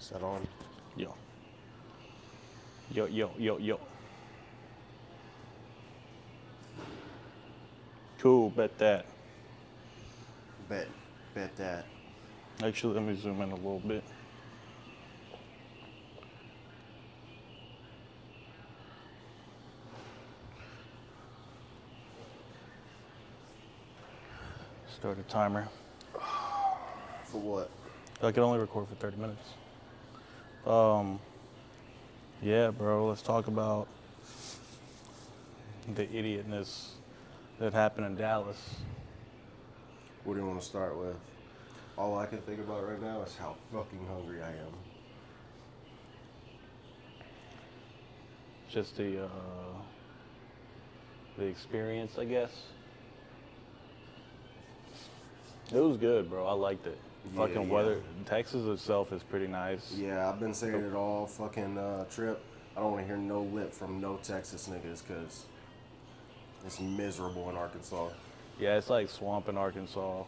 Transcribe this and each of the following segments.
Is that on? Yo. Yo, yo, yo, yo. Cool, bet that. Bet, bet that. Actually, let me zoom in a little bit. Start a timer. For what? I could only record for 30 minutes. Um, yeah, bro, let's talk about the idiotness that happened in Dallas. What do you want to start with? All I can think about right now is how fucking hungry I am. Just the uh, the experience, I guess. It was good, bro. I liked it. Yeah, Fucking yeah. weather. Texas itself is pretty nice. Yeah, I've been saying it all fucking uh, trip. I don't want to hear no lip from no Texas niggas because it's miserable in Arkansas. yeah, it's like swamp in Arkansas,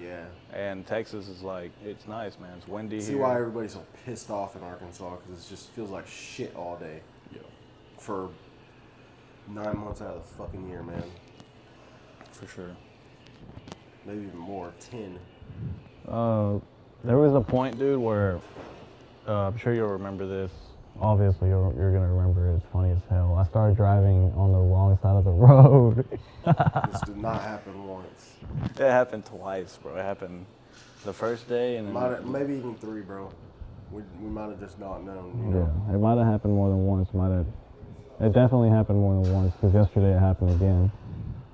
Yeah. and Texas is like it's nice, man. It's windy See here. why everybody's so pissed off in Arkansas because it just feels like shit all day Yeah. for nine months out of the fucking year, man. For sure. Maybe even more, 10. Uh, there was a point, dude, where uh, I'm sure you'll remember this. Obviously, you're, you're gonna remember it. It's funny as hell. I started driving on the wrong side of the road. this did not happen once. It happened twice, bro. It happened the first day and then Might have, maybe even three, bro. We, we might have just not known, you know. yeah, it might have happened more than once. Might have. It definitely happened more than once because yesterday it happened again.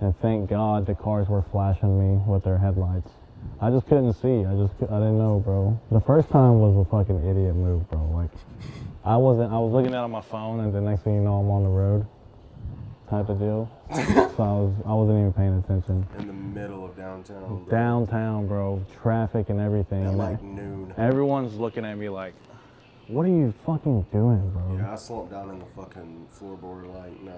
And thank God the cars were flashing me with their headlights. I just couldn't see. I just cou- I didn't know, bro. The first time was a fucking idiot move, bro. Like I wasn't. I was looking down at my phone, and the next thing you know, I'm on the road, type of deal. so I was I wasn't even paying attention. In the middle of downtown. bro. downtown, bro. Traffic and everything. At and like noon. everyone's looking at me like, what are you fucking doing, bro? Yeah, I slumped down in the fucking floorboard like, nah.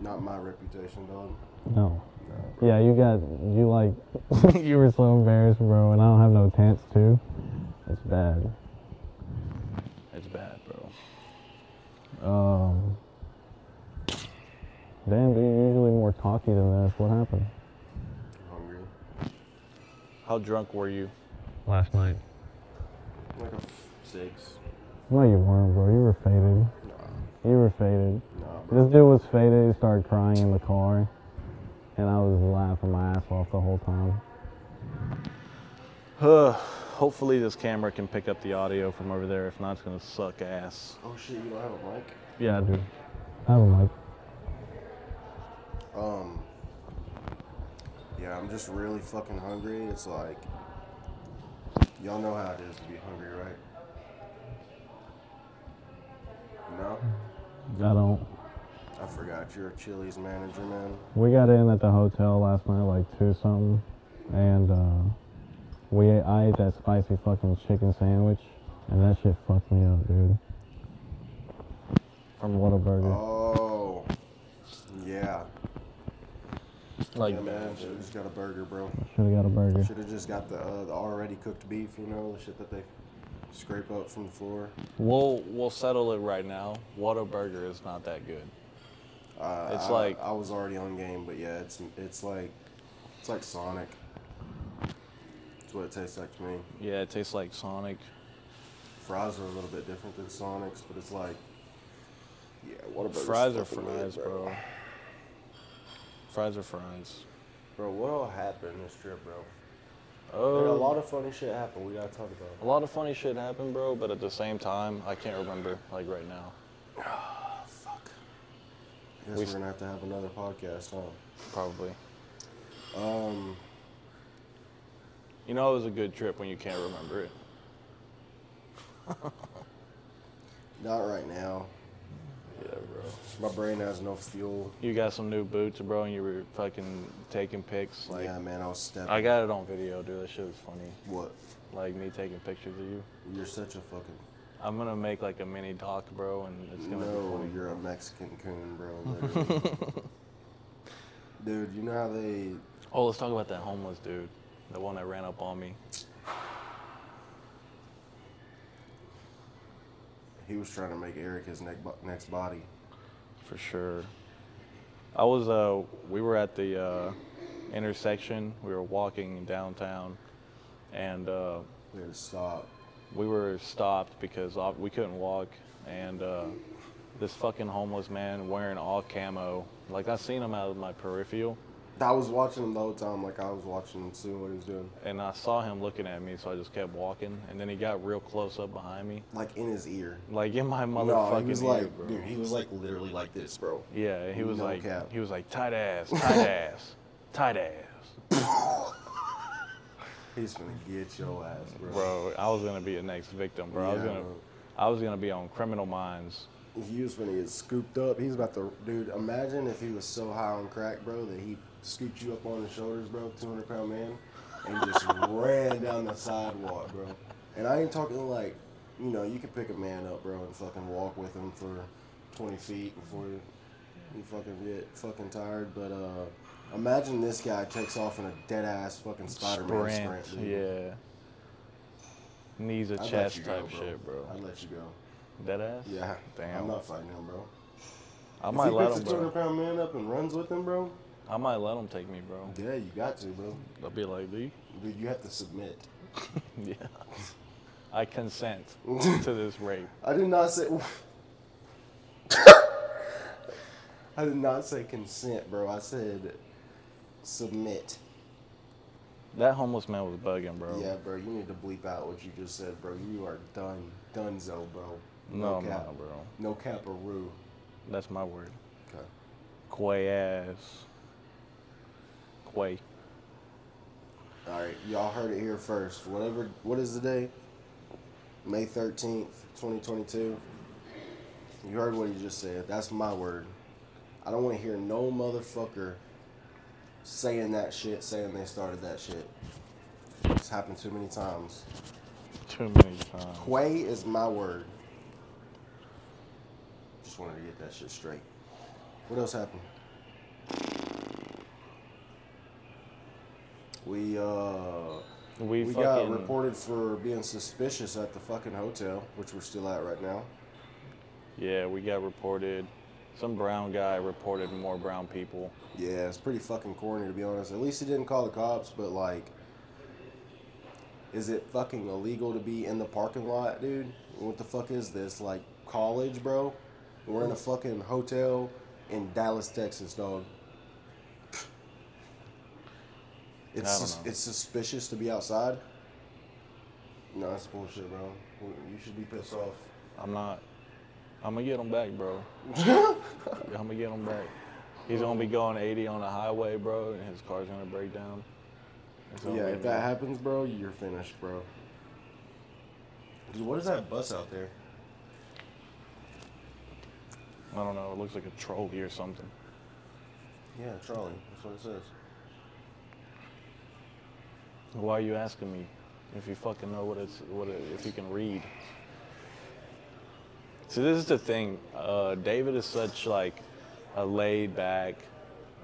Not my reputation, dog. No. Nah. Yeah, you got you like you were so embarrassed, bro, and I don't have no tents too. It's bad. it's bad, bro. Um. Damn, dude, you're usually more talky than this. What happened? Hungry. How drunk were you? Last night. Like a f- six. No, you weren't, bro. You were faded. Nah, You were faded. nah, bro. This dude was faded. He started crying in the car, and I was laughing my ass off the whole time. Huh. Hopefully this camera can pick up the audio from over there. If not, it's gonna suck ass. Oh shit, you don't have a mic? Yeah, dude. I don't like. Um. Yeah, I'm just really fucking hungry. It's like. Y'all know how it is to be hungry, right? No? I don't. I forgot you're a Chili's manager, man. We got in at the hotel last night, like two something, and uh, we ate, I ate that spicy fucking chicken sandwich, and that shit fucked me up, dude. From Whataburger. Oh. Yeah. Like yeah, man. Should have just got a burger, bro. Should have got a burger. Should have just got the, uh, the already cooked beef, you know, the shit that they scrape up from the floor. we'll we'll settle it right now. Whataburger is not that good. Uh, It's I- like- I was already on game, but yeah, it's it's like it's like Sonic. That's what it tastes like to me. Yeah, it tastes like Sonic. Fries are a little bit different than Sonic's, but it's like yeah, what about Fries are fries, bro. Fries are fries. Bro, what all happened this trip, bro? Oh, Dude, a lot of funny shit happened. We gotta talk A about. lot of funny shit happened, bro, but at the same time, I can't remember, like right now. Oh, fuck. I guess We we are s- gonna have to have another podcast, huh? Probably. Um, You know, it was a good trip when you can't remember it. not right now. Yeah, bro. My brain has no fuel. You got some new boots, bro, and you were fucking taking pics. Like, yeah, man, I was stepping. I got it on video, dude. That shit was funny. what? Like, me taking pictures of you. You're such a fucking I'm gonna make like a mini doc, bro, and it's gonna be No, funny. you're a Mexican coon, bro. literally. Dude, you know how they? Oh, let's talk about that homeless dude. The one that ran up on me. He was trying to make Eric his neck, bo- next body. for sure. I was uh we were at the uh, intersection. We were walking downtown, and uh, We had to stop. we were stopped because ob- we couldn't walk, and uh, this fucking homeless man wearing all camo. Like I seen him out of my peripheral, I was watching him the whole time, like I was watching him, seeing what he was doing, and I saw him looking at me, so I just kept walking. And then he got real close up behind me, like in his ear. like in my motherfucking No, he was ear, like, bro. dude, he was like literally like this, bro. Yeah, he was No like, cap. he was like, tight ass, tight ass, tight ass. He's gonna get your ass, bro. Bro, I was gonna be the next victim, bro. I was Yeah, gonna, bro. I was gonna be on Criminal Minds. He was gonna get scooped up. He's about to, dude. Imagine if he was so high on crack, bro, that he scooped you up on his shoulders, bro, two hundred pound man, and just ran down the sidewalk, bro. And I ain't talking like, you know, you could pick a man up, bro, and fucking walk with him for twenty feet before you, you fucking get fucking tired. But uh, imagine this guy takes off in a dead ass fucking Spider Man sprint. dude. yeah. Knees a I'd let chest you go, type shit, bro. I'd let you go. Dead ass. Yeah, Damn. I'm not fighting him, bro. I If might he let picks him, a 200 bro. pound man up and runs with him, bro. I might let him take me, bro. Yeah, you got to, bro. I'll be like, D. Dude, you have to submit. yeah. I consent to this rape. I did not say. I did not say consent, bro. I said submit. That homeless man was bugging, bro. Yeah, bro. You need to bleep out what you just said, bro. You are done, dunzo, bro. No, I'm cap, not, bro. No caparoo. That's my word. Okay. Quay ass. Quay. All right, y'all heard it here first. Whatever. What is the day? May thirteenth, twenty twenty-two. You heard what he just said. That's my word. I don't want to hear no motherfucker saying that shit, saying they started that shit. It's happened too many times. Too many times. Quay is my word. Just wanted to get that shit straight. What else happened? We uh We, we got fucking reported for being suspicious at the fucking hotel, which we're still at right now. Yeah, we got reported. Some brown guy reported more brown people. Yeah, it's pretty fucking corny to be honest. At least he didn't call the cops, but like, is it fucking illegal to be in the parking lot, dude? What the fuck is this? Like, college, bro? We're in a fucking hotel in Dallas, Texas, dog. It's I don't sus- know. it's suspicious to be outside. No, that's bullshit, bro. You should be pissed off. I'm not. I'm gonna get him back, bro. I'm gonna get him back. He's gonna be going 80 on the highway, bro, and his car's gonna break down. It's gonna Yeah, be if me. that happens, bro, you're finished, bro. Dude, what is that bus out there? I don't know. It looks like a trolley or something. Yeah, trolley. That's what it says. Why are you asking me if you fucking know what it's what it, if you can read? See, this is the thing. Uh, David is such like a laid back,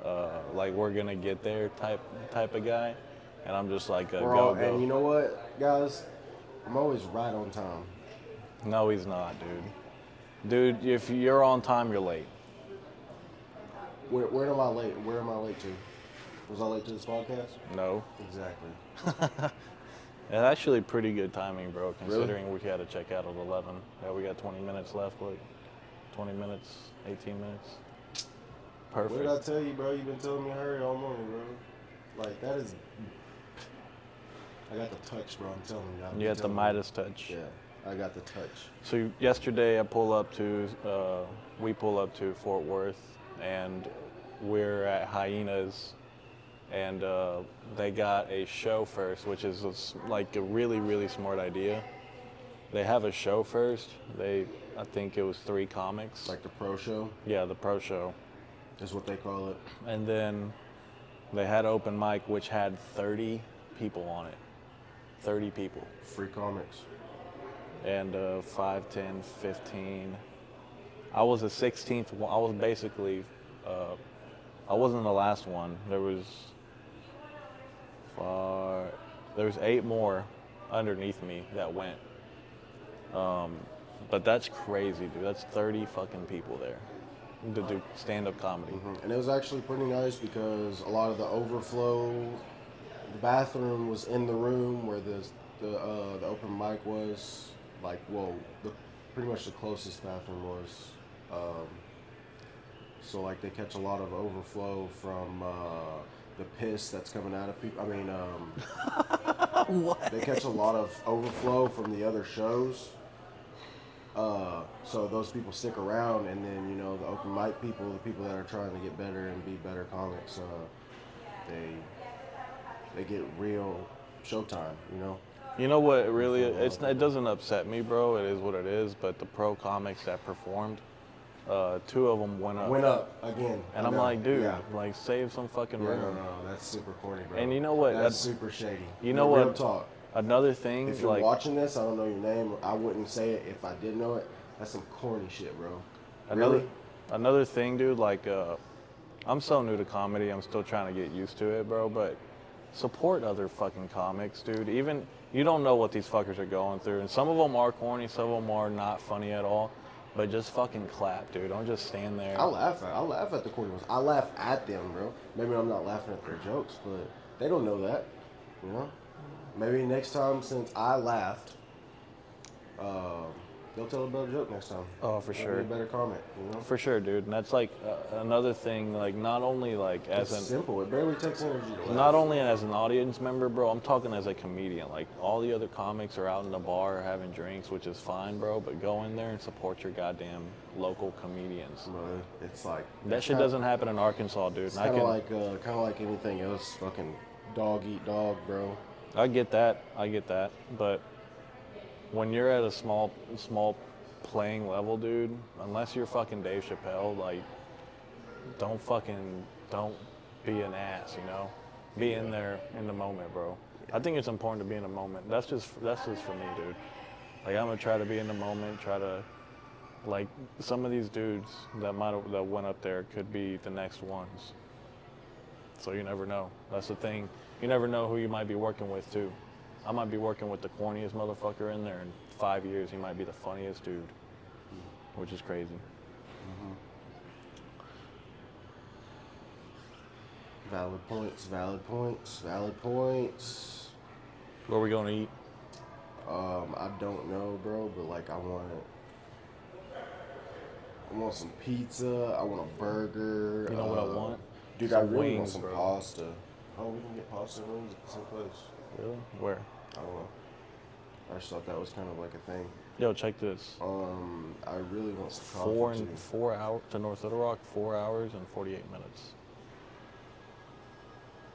uh, like we're gonna get there type type of guy, and I'm just like a We're go all, go. and you know what, guys? I'm always right on time. no, he's not, dude. Dude, if you're on time, you're late. Where, where am I late? Where am I late to? Was I late to this podcast? No, Exactly. and actually pretty good timing, bro. Considering we had to check out at 11. Yeah, we got 20 minutes left. Like 20 minutes, 18 minutes. Perfect. What did I tell you, bro? You've been telling me to hurry all morning, bro. Like, that is. I got the touch, bro. I'm telling you. I've been You got the telling Midas touch. Yeah, I got the touch. So yesterday I pull up to, uh, we pull up to Fort Worth, and we're at Hyenas, and uh, they got a show first, which is a s like a really really smart idea. They have a show first. They, I think it was three comics. Like the pro show yeah, the pro show, is what they call it. and then they had open mic, which had 30 people on it. 30 people. Free comics. and uh, 5, 10, 15. I was the 16th one. I was basically, uh, I wasn't the last one. There was far, there was eight more underneath me that went. Um, But that's crazy, dude. That's 30 fucking people there to do stand up comedy. And it was actually pretty nice because a lot of the overflow, the bathroom was in the room where the the, uh, the open mic was. Like, well, the pretty much the closest bathroom was. Um, so like they catch a lot of overflow from uh, the piss that's coming out of people. I mean, um, They catch a lot of overflow from the other shows. Uh, so those people stick around, and then you know the open mic people, the people that are trying to get better and be better comics, uh, they they get real showtime. You know, You know what? Really, it's it doesn't upset me, bro. It is what it is. But the pro comics that performed, uh, two of them went up. went up again, And I I'm know. like, dude, yeah. like save some fucking Yeah, no, room. no, that's super corny, bro. And you know what? That's, That's- super shady. you know Real what? talk. Another thing, If you're like watching this, I don't know your name. I wouldn't say it if I did know it. That's some corny shit, bro. another really? another thing, dude. Like, uh, I'm so new to comedy. I'm still trying to get used to it, bro. But support other fucking comics, dude. Even you don't know what these fuckers are going through, and some of them are corny, some of them are not funny at all. But just fucking clap, dude. Don't just stand there. I laugh at I laugh at the corny ones. I laugh at them, bro. Maybe I'm not laughing at their jokes, but they don't know that. You know? Maybe next time since I laughed, um, they'll tell a better joke next time. Oh, for Maybe sure. A better comment, you know? For sure, dude. And that's like uh, another thing. Like, not only like as It's an simple. It barely takes energy to laugh. Not only as an audience member, bro, I'm talking as a comedian. Like all the other comics are out in the bar having drinks, which is fine, bro, but go in there and support your goddamn local comedians. Brother, it's like That it's shit kinda- doesn't happen in Arkansas, dude. It's And I kind can of like uh, kind of like anything else. Fucking dog eat dog, bro. I get that. I get that. But when you're at a small small playing level, dude, unless you're fucking Dave Chappelle, like don't fucking don't be an ass, you know? Be in there in the moment, bro. I think it's important to be in the moment. That's just that's just for me, dude. Like I'm gonna try to be in the moment, try to like some of these dudes that might have- that went up there could be the next ones. So you never know. That's the thing. You never know who you might be working with too. I might be working with the corniest motherfucker in there in five years. He might be the funniest dude, which is crazy. Valid points. Valid points. Valid points. What are we going to eat? Um, I don't know, bro, but like I want I want some pizza. I want a burger. You know what I uh, want? Dude, I Some really want wings, some bro. pasta. Oh, we can get pasta and wings at the same place. Really? Where? I don't know. I just thought that was kind of like a thing. Yo, check this. Um, I really want some coffee Four and too. four hour to North Little Rock. Four hours and forty-eight minutes.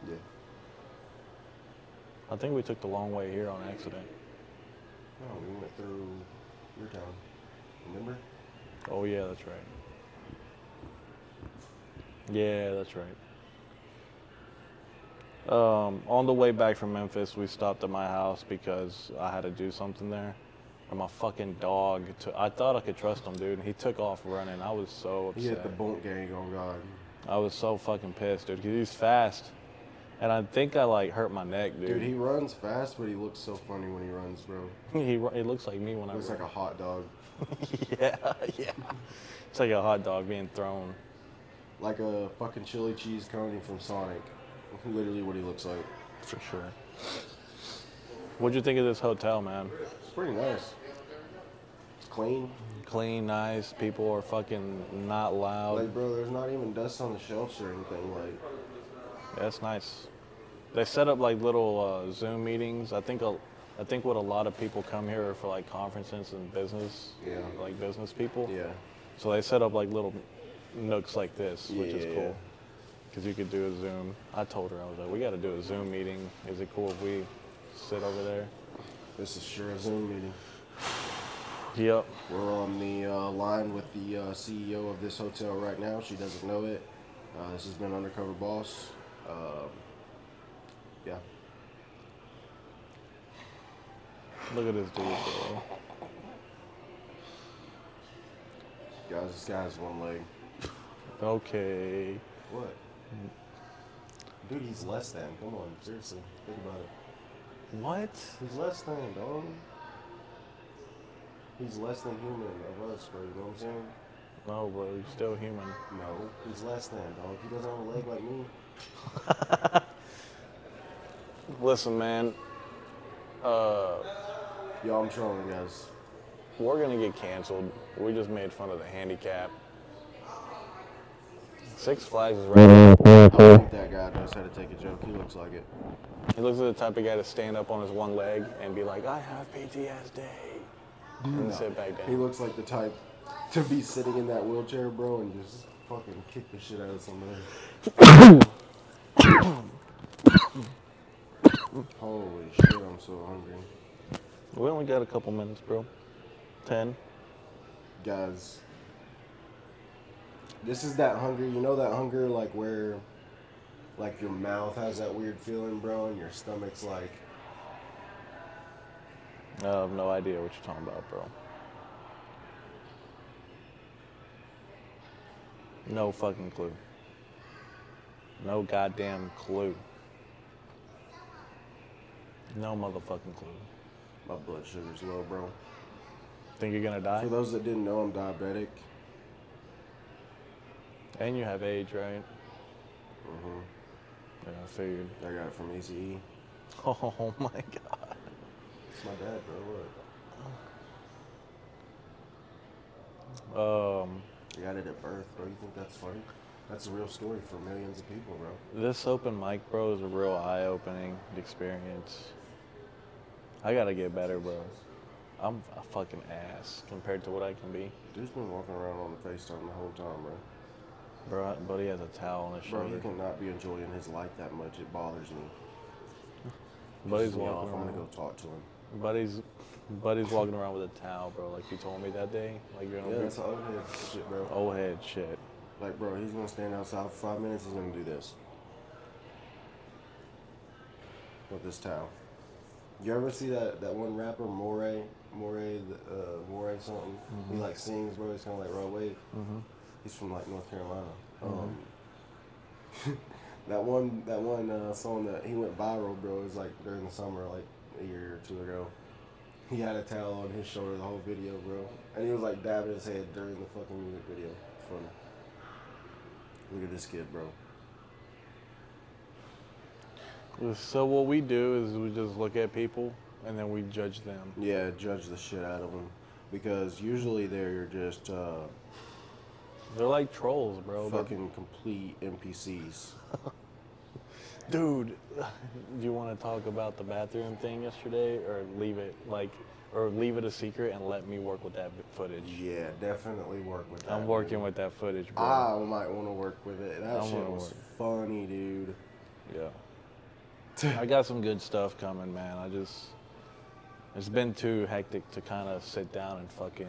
Yeah. I think we took the long way here on accident. No, we went through your town. Remember? Oh yeah, that's right. Yeah, that's right. Um, on the way back from Memphis, we stopped at my house because I had to do something there. And my fucking dog, t- I thought I could trust him, dude, and he took off running. I was so He hit upset. the bunk gang. Oh God. I was so fucking pissed, dude, because he's fast. And I think I like hurt my neck, dude. Dude, he runs fast, but he looks so funny when he runs, bro. he, he, ru- he looks like me when I Looks like run. a hot dog. yeah, yeah. It's like a hot dog being thrown. like a fucking chili cheese coney from Sonic. Literally what he looks like. For sure. What'd you think of this hotel, man? It's pretty nice. It's clean. Clean, nice. People are fucking not Like, loud. bro, there's not even dust on the shelves or anything. Like, That's nice. They set up like little uh, Zoom meetings. I think a, I think what a lot of people come here are for like conferences and business, Yeah. like business people. yeah. So they set up like little nooks like this, which is Yeah. cool. Because you could do a Zoom. I told her I was like, we got to do a Zoom meeting. Is it cool if we sit over there? This is sure a Zoom meeting. Yep. We're on the uh, line with the uh, CEO of this hotel right now. She doesn't know it. Uh, this has been Undercover Boss. Um, yeah. Look at this dude. Bro. Guys, this guy has one leg. Okay. What? Dude, he's less than. Come on, seriously. Think about it. What? He's less than, dog. He's less than human of us, bro. You know what I'm saying? No, bro, you're still human. No, he's less than, dog. He doesn't have a leg like me. Listen, man, Yo, I'm trolling, guys. we're gonna get canceled. We just made fun of the handicap. Six Flags is right. I don't think that guy knows how to take a joke. He looks like it. He looks like the type of guy to stand up on his one leg and be like, "I have PTSD," and sit back He down. looks like the type to be sitting in that wheelchair, bro, and just fucking kick the shit out of somebody. Holy shit, I'm so hungry. We only got a couple minutes, bro. Ten. guys this is that hunger you know that hunger like where like your mouth has that weird feeling bro and your stomach's like I have no idea what you're talking about, bro. No fucking clue. No goddamn clue. No motherfucking clue. my blood sugar's low bro Think you're gonna die? for those that didn't know i'm diabetic And you have AIDS, right? Mm-hmm. Yeah, I figured. i got it from ace it's Oh my god. my dad bro look Um, i got it at birth bro you think that's funny that's a real story for millions of people bro this open mic, bro, is a real eye-opening experience. I gotta get better, bro. I'm a fucking ass compared to what I can be. dude's been walking around on facetime the whole time bro Bro, but he has a towel on his bro he shoulder. cannot be enjoying his life that much it bothers me Buddy's Pisses me off. walking i'm gonna around. go talk to him Buddy's, buddy's walking around with a towel, bro. Like you told me that day. Like you're gonna yeah be that's all it is shit bro old head shit. Like, bro, he's gonna stand outside for five minutes. He's gonna do this with this towel. You ever see that that one rapper Moray Moray the, uh, Moray something? He like sings, bro. He's kind of like raw wave. He's from like North Carolina. Um, that one that one uh, song that he went viral, bro, is like during the summer, like a year or two ago. He had a towel on his shoulder the whole video, bro, and he was like dabbing his head during the fucking music video. It's funny. Look at this kid, bro. So what we do is we just look at people and then we judge them. Yeah, judge the shit out of them because usually they're just uh, They're like trolls, bro. but- fucking complete NPCs. Dude, do you want to talk about the bathroom thing yesterday, or leave it like, or leave it a secret and let me work with that footage? Yeah, definitely work with that. Ah. I'm working with that footage, bro. I might want to work with it. That I shit wanna was work. funny, dude. Yeah. I got some good stuff coming, man. I just it's been too hectic to kind of sit down and fucking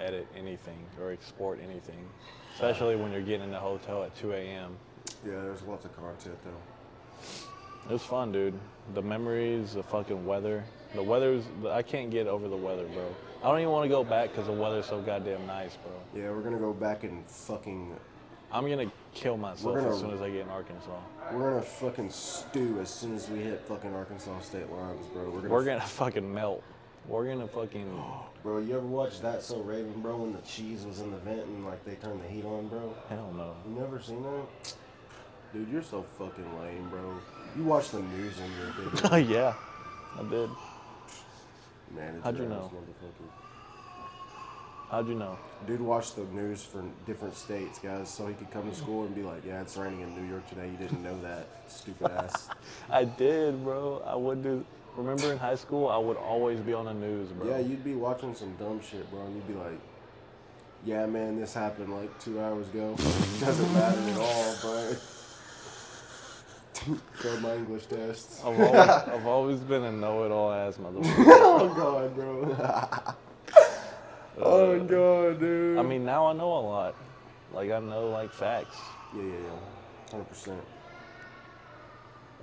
edit anything or export anything, especially when you're getting in the hotel at 2 a.m. Yeah, there's lots of content though. It was fun, dude. The memories, the fucking weather. The weather's I can't get over the weather, bro. I don't even want to go back because the weather's so goddamn nice, bro. Yeah, we're gonna go back and fucking, I'm gonna kill myself We're gonna- as soon as I get in Arkansas. we're gonna fucking stew as soon as we hit fucking Arkansas state lines, bro. We're gonna, We're gonna fucking melt. We're gonna fucking. bro. You ever watch that So Raven, bro? When the cheese was in the vent and like they turned the heat on, bro. Hell no. You never seen that? Dude, you're so fucking lame, bro. You watch the news on your video. yeah, I did. Man, How'd you know? How'd you know? Dude watched the news for different states, guys, so he could come to school and be like, yeah, it's raining in New York today. You didn't know that, stupid ass. I did, bro. I would do. Remember in high school, I would always be on the news, bro. Yeah, you'd be watching some dumb shit, bro, and you'd be like, yeah, man, this happened like two hours ago. Doesn't matter at all, but. Failed my English tests. I've, always, I've always been a know-it-all ass motherfucker. Oh, God, bro. oh, God, dude. I mean, now I know a lot. Like I know like facts. Yeah, yeah, yeah. Hundred percent.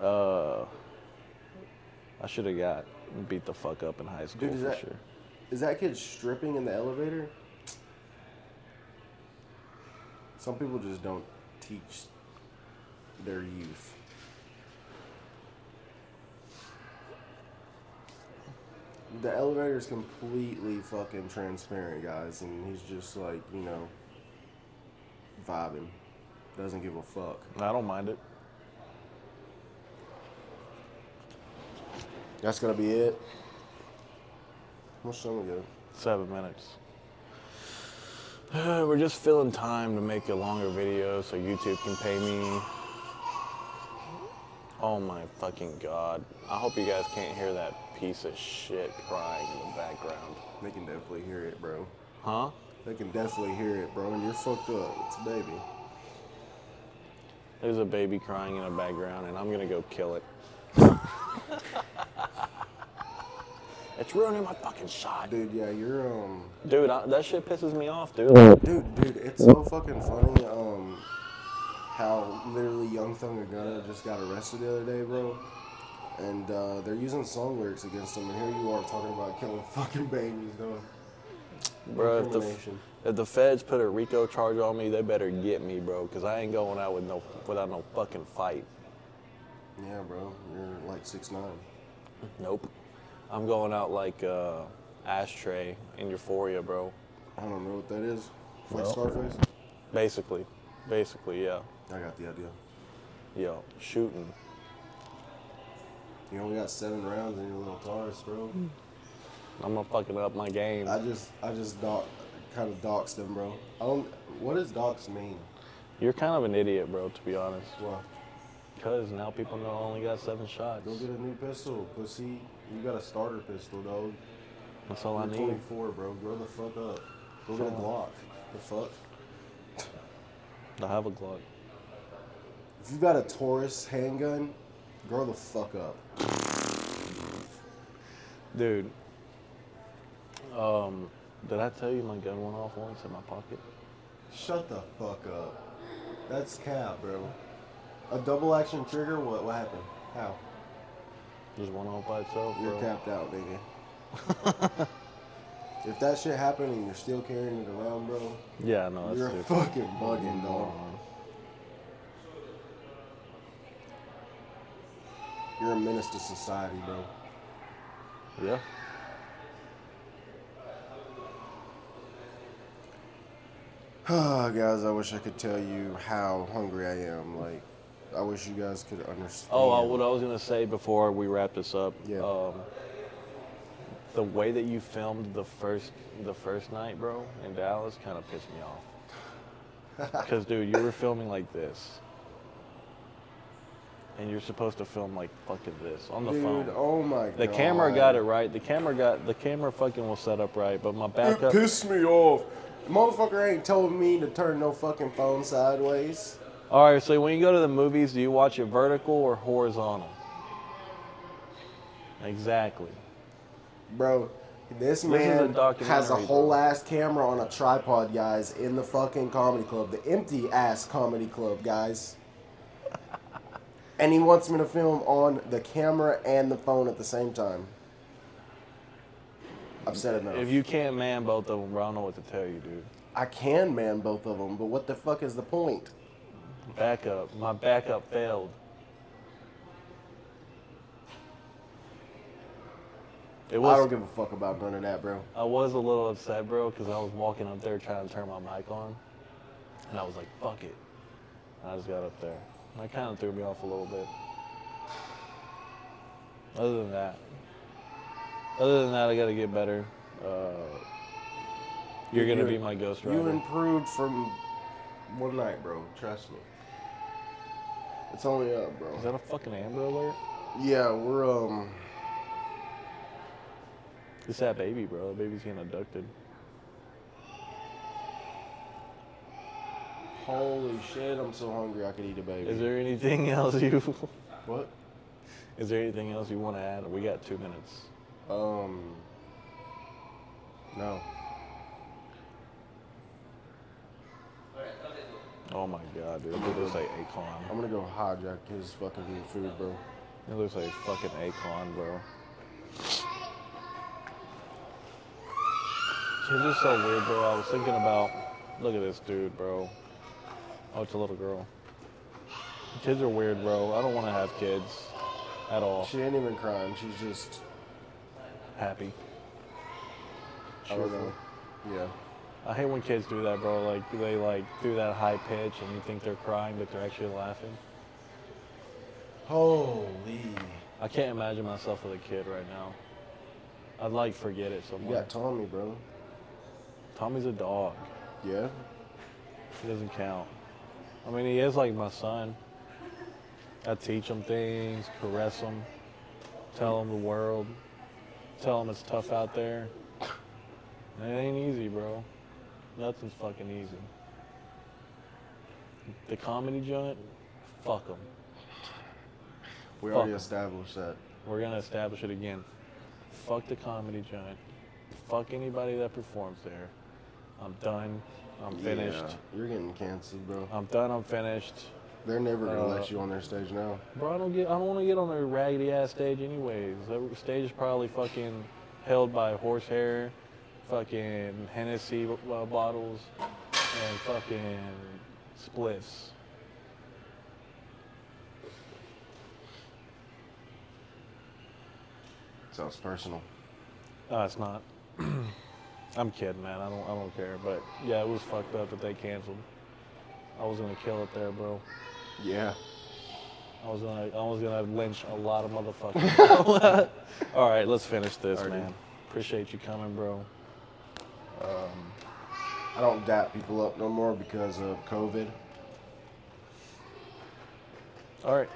Uh, I should have got beat the fuck up in high school Dude, is for that- sure. Is that kid stripping in the elevator? Some people just don't teach their youth. the elevator's completely fucking transparent, guys, and he's just like, you know, vibing. Doesn't give a fuck. I don't mind it. That's gonna be it. What's time we go? Seven minutes. We're just filling time to make a longer video so YouTube can pay me. Oh my fucking god. I hope you guys can't hear that piece of shit crying in the background. They can definitely hear it, bro. Huh? They can definitely hear it, bro. And you're fucked up. It's a baby. There's a baby crying in the background and I'm gonna go kill it. it's ruining my fucking shot. Dude, yeah, you're um. Dude, I, that shit pisses me off, dude. Dude, dude, it's so fucking funny. Um, how literally Young Thug and Gunna just got arrested the other day, bro. And uh, they're using song lyrics against him, and here you are talking about killing fucking babies, though. Bro, if the, Incrimination. if the feds put a RICO charge on me, they better get me, bro, because I ain't going out with no without no fucking fight. Yeah, bro, you're like six nine. Nope. I'm going out like uh, ashtray in Euphoria, bro. I don't know what that is. Like Well. Scarface. Basically, basically, yeah, I got the idea. yo, shooting. You only got seven rounds in your little TARS, bro. I'm gonna fucking up my game. I just, I just doc, kind of doxed them, bro. I don't. What does dox mean? You're kind of an idiot, bro, to be honest. Well, Because now people know I only got seven shots. go get a new pistol, pussy. You got a starter pistol, dog. That's all I I'm need. 24, bro. Grow the fuck up. Go get a Glock. The fuck? I have a Glock. If you got a Taurus handgun, grow the fuck up. Dude, um, did I tell you my gun went off once in my pocket? Shut the fuck up. That's cap, bro. A double action trigger? What? What happened? How? Just went off by itself, You're bro. tapped out, nigga. if that shit happened and you're still carrying it around, bro, Yeah, no, that's Uh-huh. you're stupid. fucking bugging, dog. You're a menace to society, bro. Yeah. Guys, I wish I could tell you how hungry I am. Like, I wish you guys could understand. Oh, uh, what I was gonna say before we wrap this up. Yeah. Um, the way that you filmed the first the first night, bro, in Dallas, kind of pissed me off. Cause, dude, you were filming like this, and you're supposed to film like fucking this on the Dude, phone. oh my god. the camera got it right. The camera got the camera fucking was set up right, but my It backup. pissed me off. Motherfucker ain't told me to turn no fucking phone sideways. All right, so when you go to the movies, do you watch it vertical or horizontal? Exactly. Bro, this This is a man documentary, has a whole bro. ass camera on a tripod, guys, in the fucking comedy club. The empty ass comedy club, guys. and he wants me to film on the camera and the phone at the same time. I've said enough. If you can't man both of them, bro, I don't know what to tell you, dude. I can man both of them, but what the fuck is the point? Backup. My backup failed. It I don't was. give a fuck about none of that, bro. I was a little upset, bro, because I was walking up there trying to turn my mic on, and I was like, "Fuck it." And I just got up there. And That kind of threw me off a little bit. Other than that, other than that, I got to get better. Uh, you're gonna be my ghostwriter. You improved from one night, bro. Trust me. It's only up, bro. Is that a fucking Amber Alert? Yeah, we're um. It's that baby, bro. That baby's getting abducted. Holy shit! I'm so hungry. I could eat a baby. Is there anything else you? what? Is there anything else you want to add? We got two minutes. Um. No. Oh my god, dude! It looks like Akon. I'm gonna go hijack his fucking food, bro. It looks like fucking Akon, bro. It's just so weird, bro. I was thinking about. Look at this dude, bro. Oh, it's a little girl. Kids are weird, bro. I don't want to have kids at all. She ain't even crying. She's just happy. I don't know. Yeah. I hate when kids do that, bro. Like they like do that high pitch, and you think they're crying, but they're actually laughing. Holy. I can't imagine myself with a kid right now. I'd like forget it You somewhere. got Tommy, bro. Tommy's a dog. Yeah. He doesn't count. I mean, he is like my son. I teach him things, caress him, tell him the world, tell him it's tough out there. And it ain't easy, bro. Nothing's fucking easy. The comedy joint, fuck them. We Fuck already him. established that. We're gonna establish it again. Fuck the comedy giant. Fuck anybody that performs there. I'm done. I'm finished. Yeah, You're getting canceled, bro. I'm done. I'm finished. They're never gonna Uh, let you on their stage now. Bro, I don't get. I don't want to get on a raggedy ass stage, anyways. That stage is probably fucking held by horsehair, fucking Hennessy uh, bottles, and fucking spliffs. Sounds personal. No, it's not. I'm kidding, man. I don't. I don't care. But yeah, it was fucked up that they canceled. I was gonna kill it there, bro. Yeah. I was gonna. I was gonna lynch a lot of motherfuckers. All right, let's finish this, Alrighty. man. Appreciate you coming, bro. I don't dap people up no more because of COVID. All right.